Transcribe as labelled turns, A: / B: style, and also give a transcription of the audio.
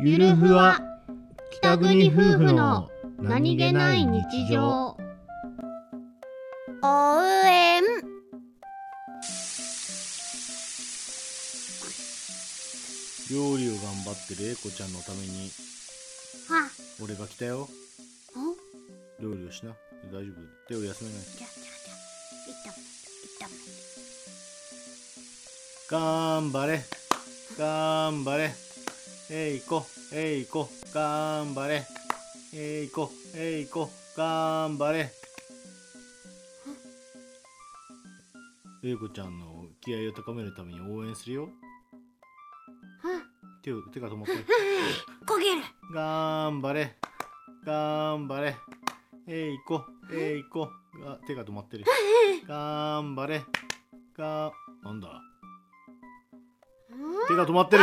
A: ゆるふわ北国夫婦の何気ない日常
B: 応援
A: 料理を頑張ってるエコちゃんのために
B: は
A: 俺が来たよ
B: お
A: 料理をしな大丈夫手を休めない
B: じゃじゃじゃいったもんいっ
A: 頑
B: たもん
A: 張れ頑張れえいこえいこ頑張れえいこえいこ頑張れえいこちゃんの気合を高めるために応援するよ
B: は
A: 手を手が止まった
B: 焦げる
A: 頑張れ頑張れえいこえいこあ手が止まってる頑張れがなんだ
B: うん
A: 手が止まってる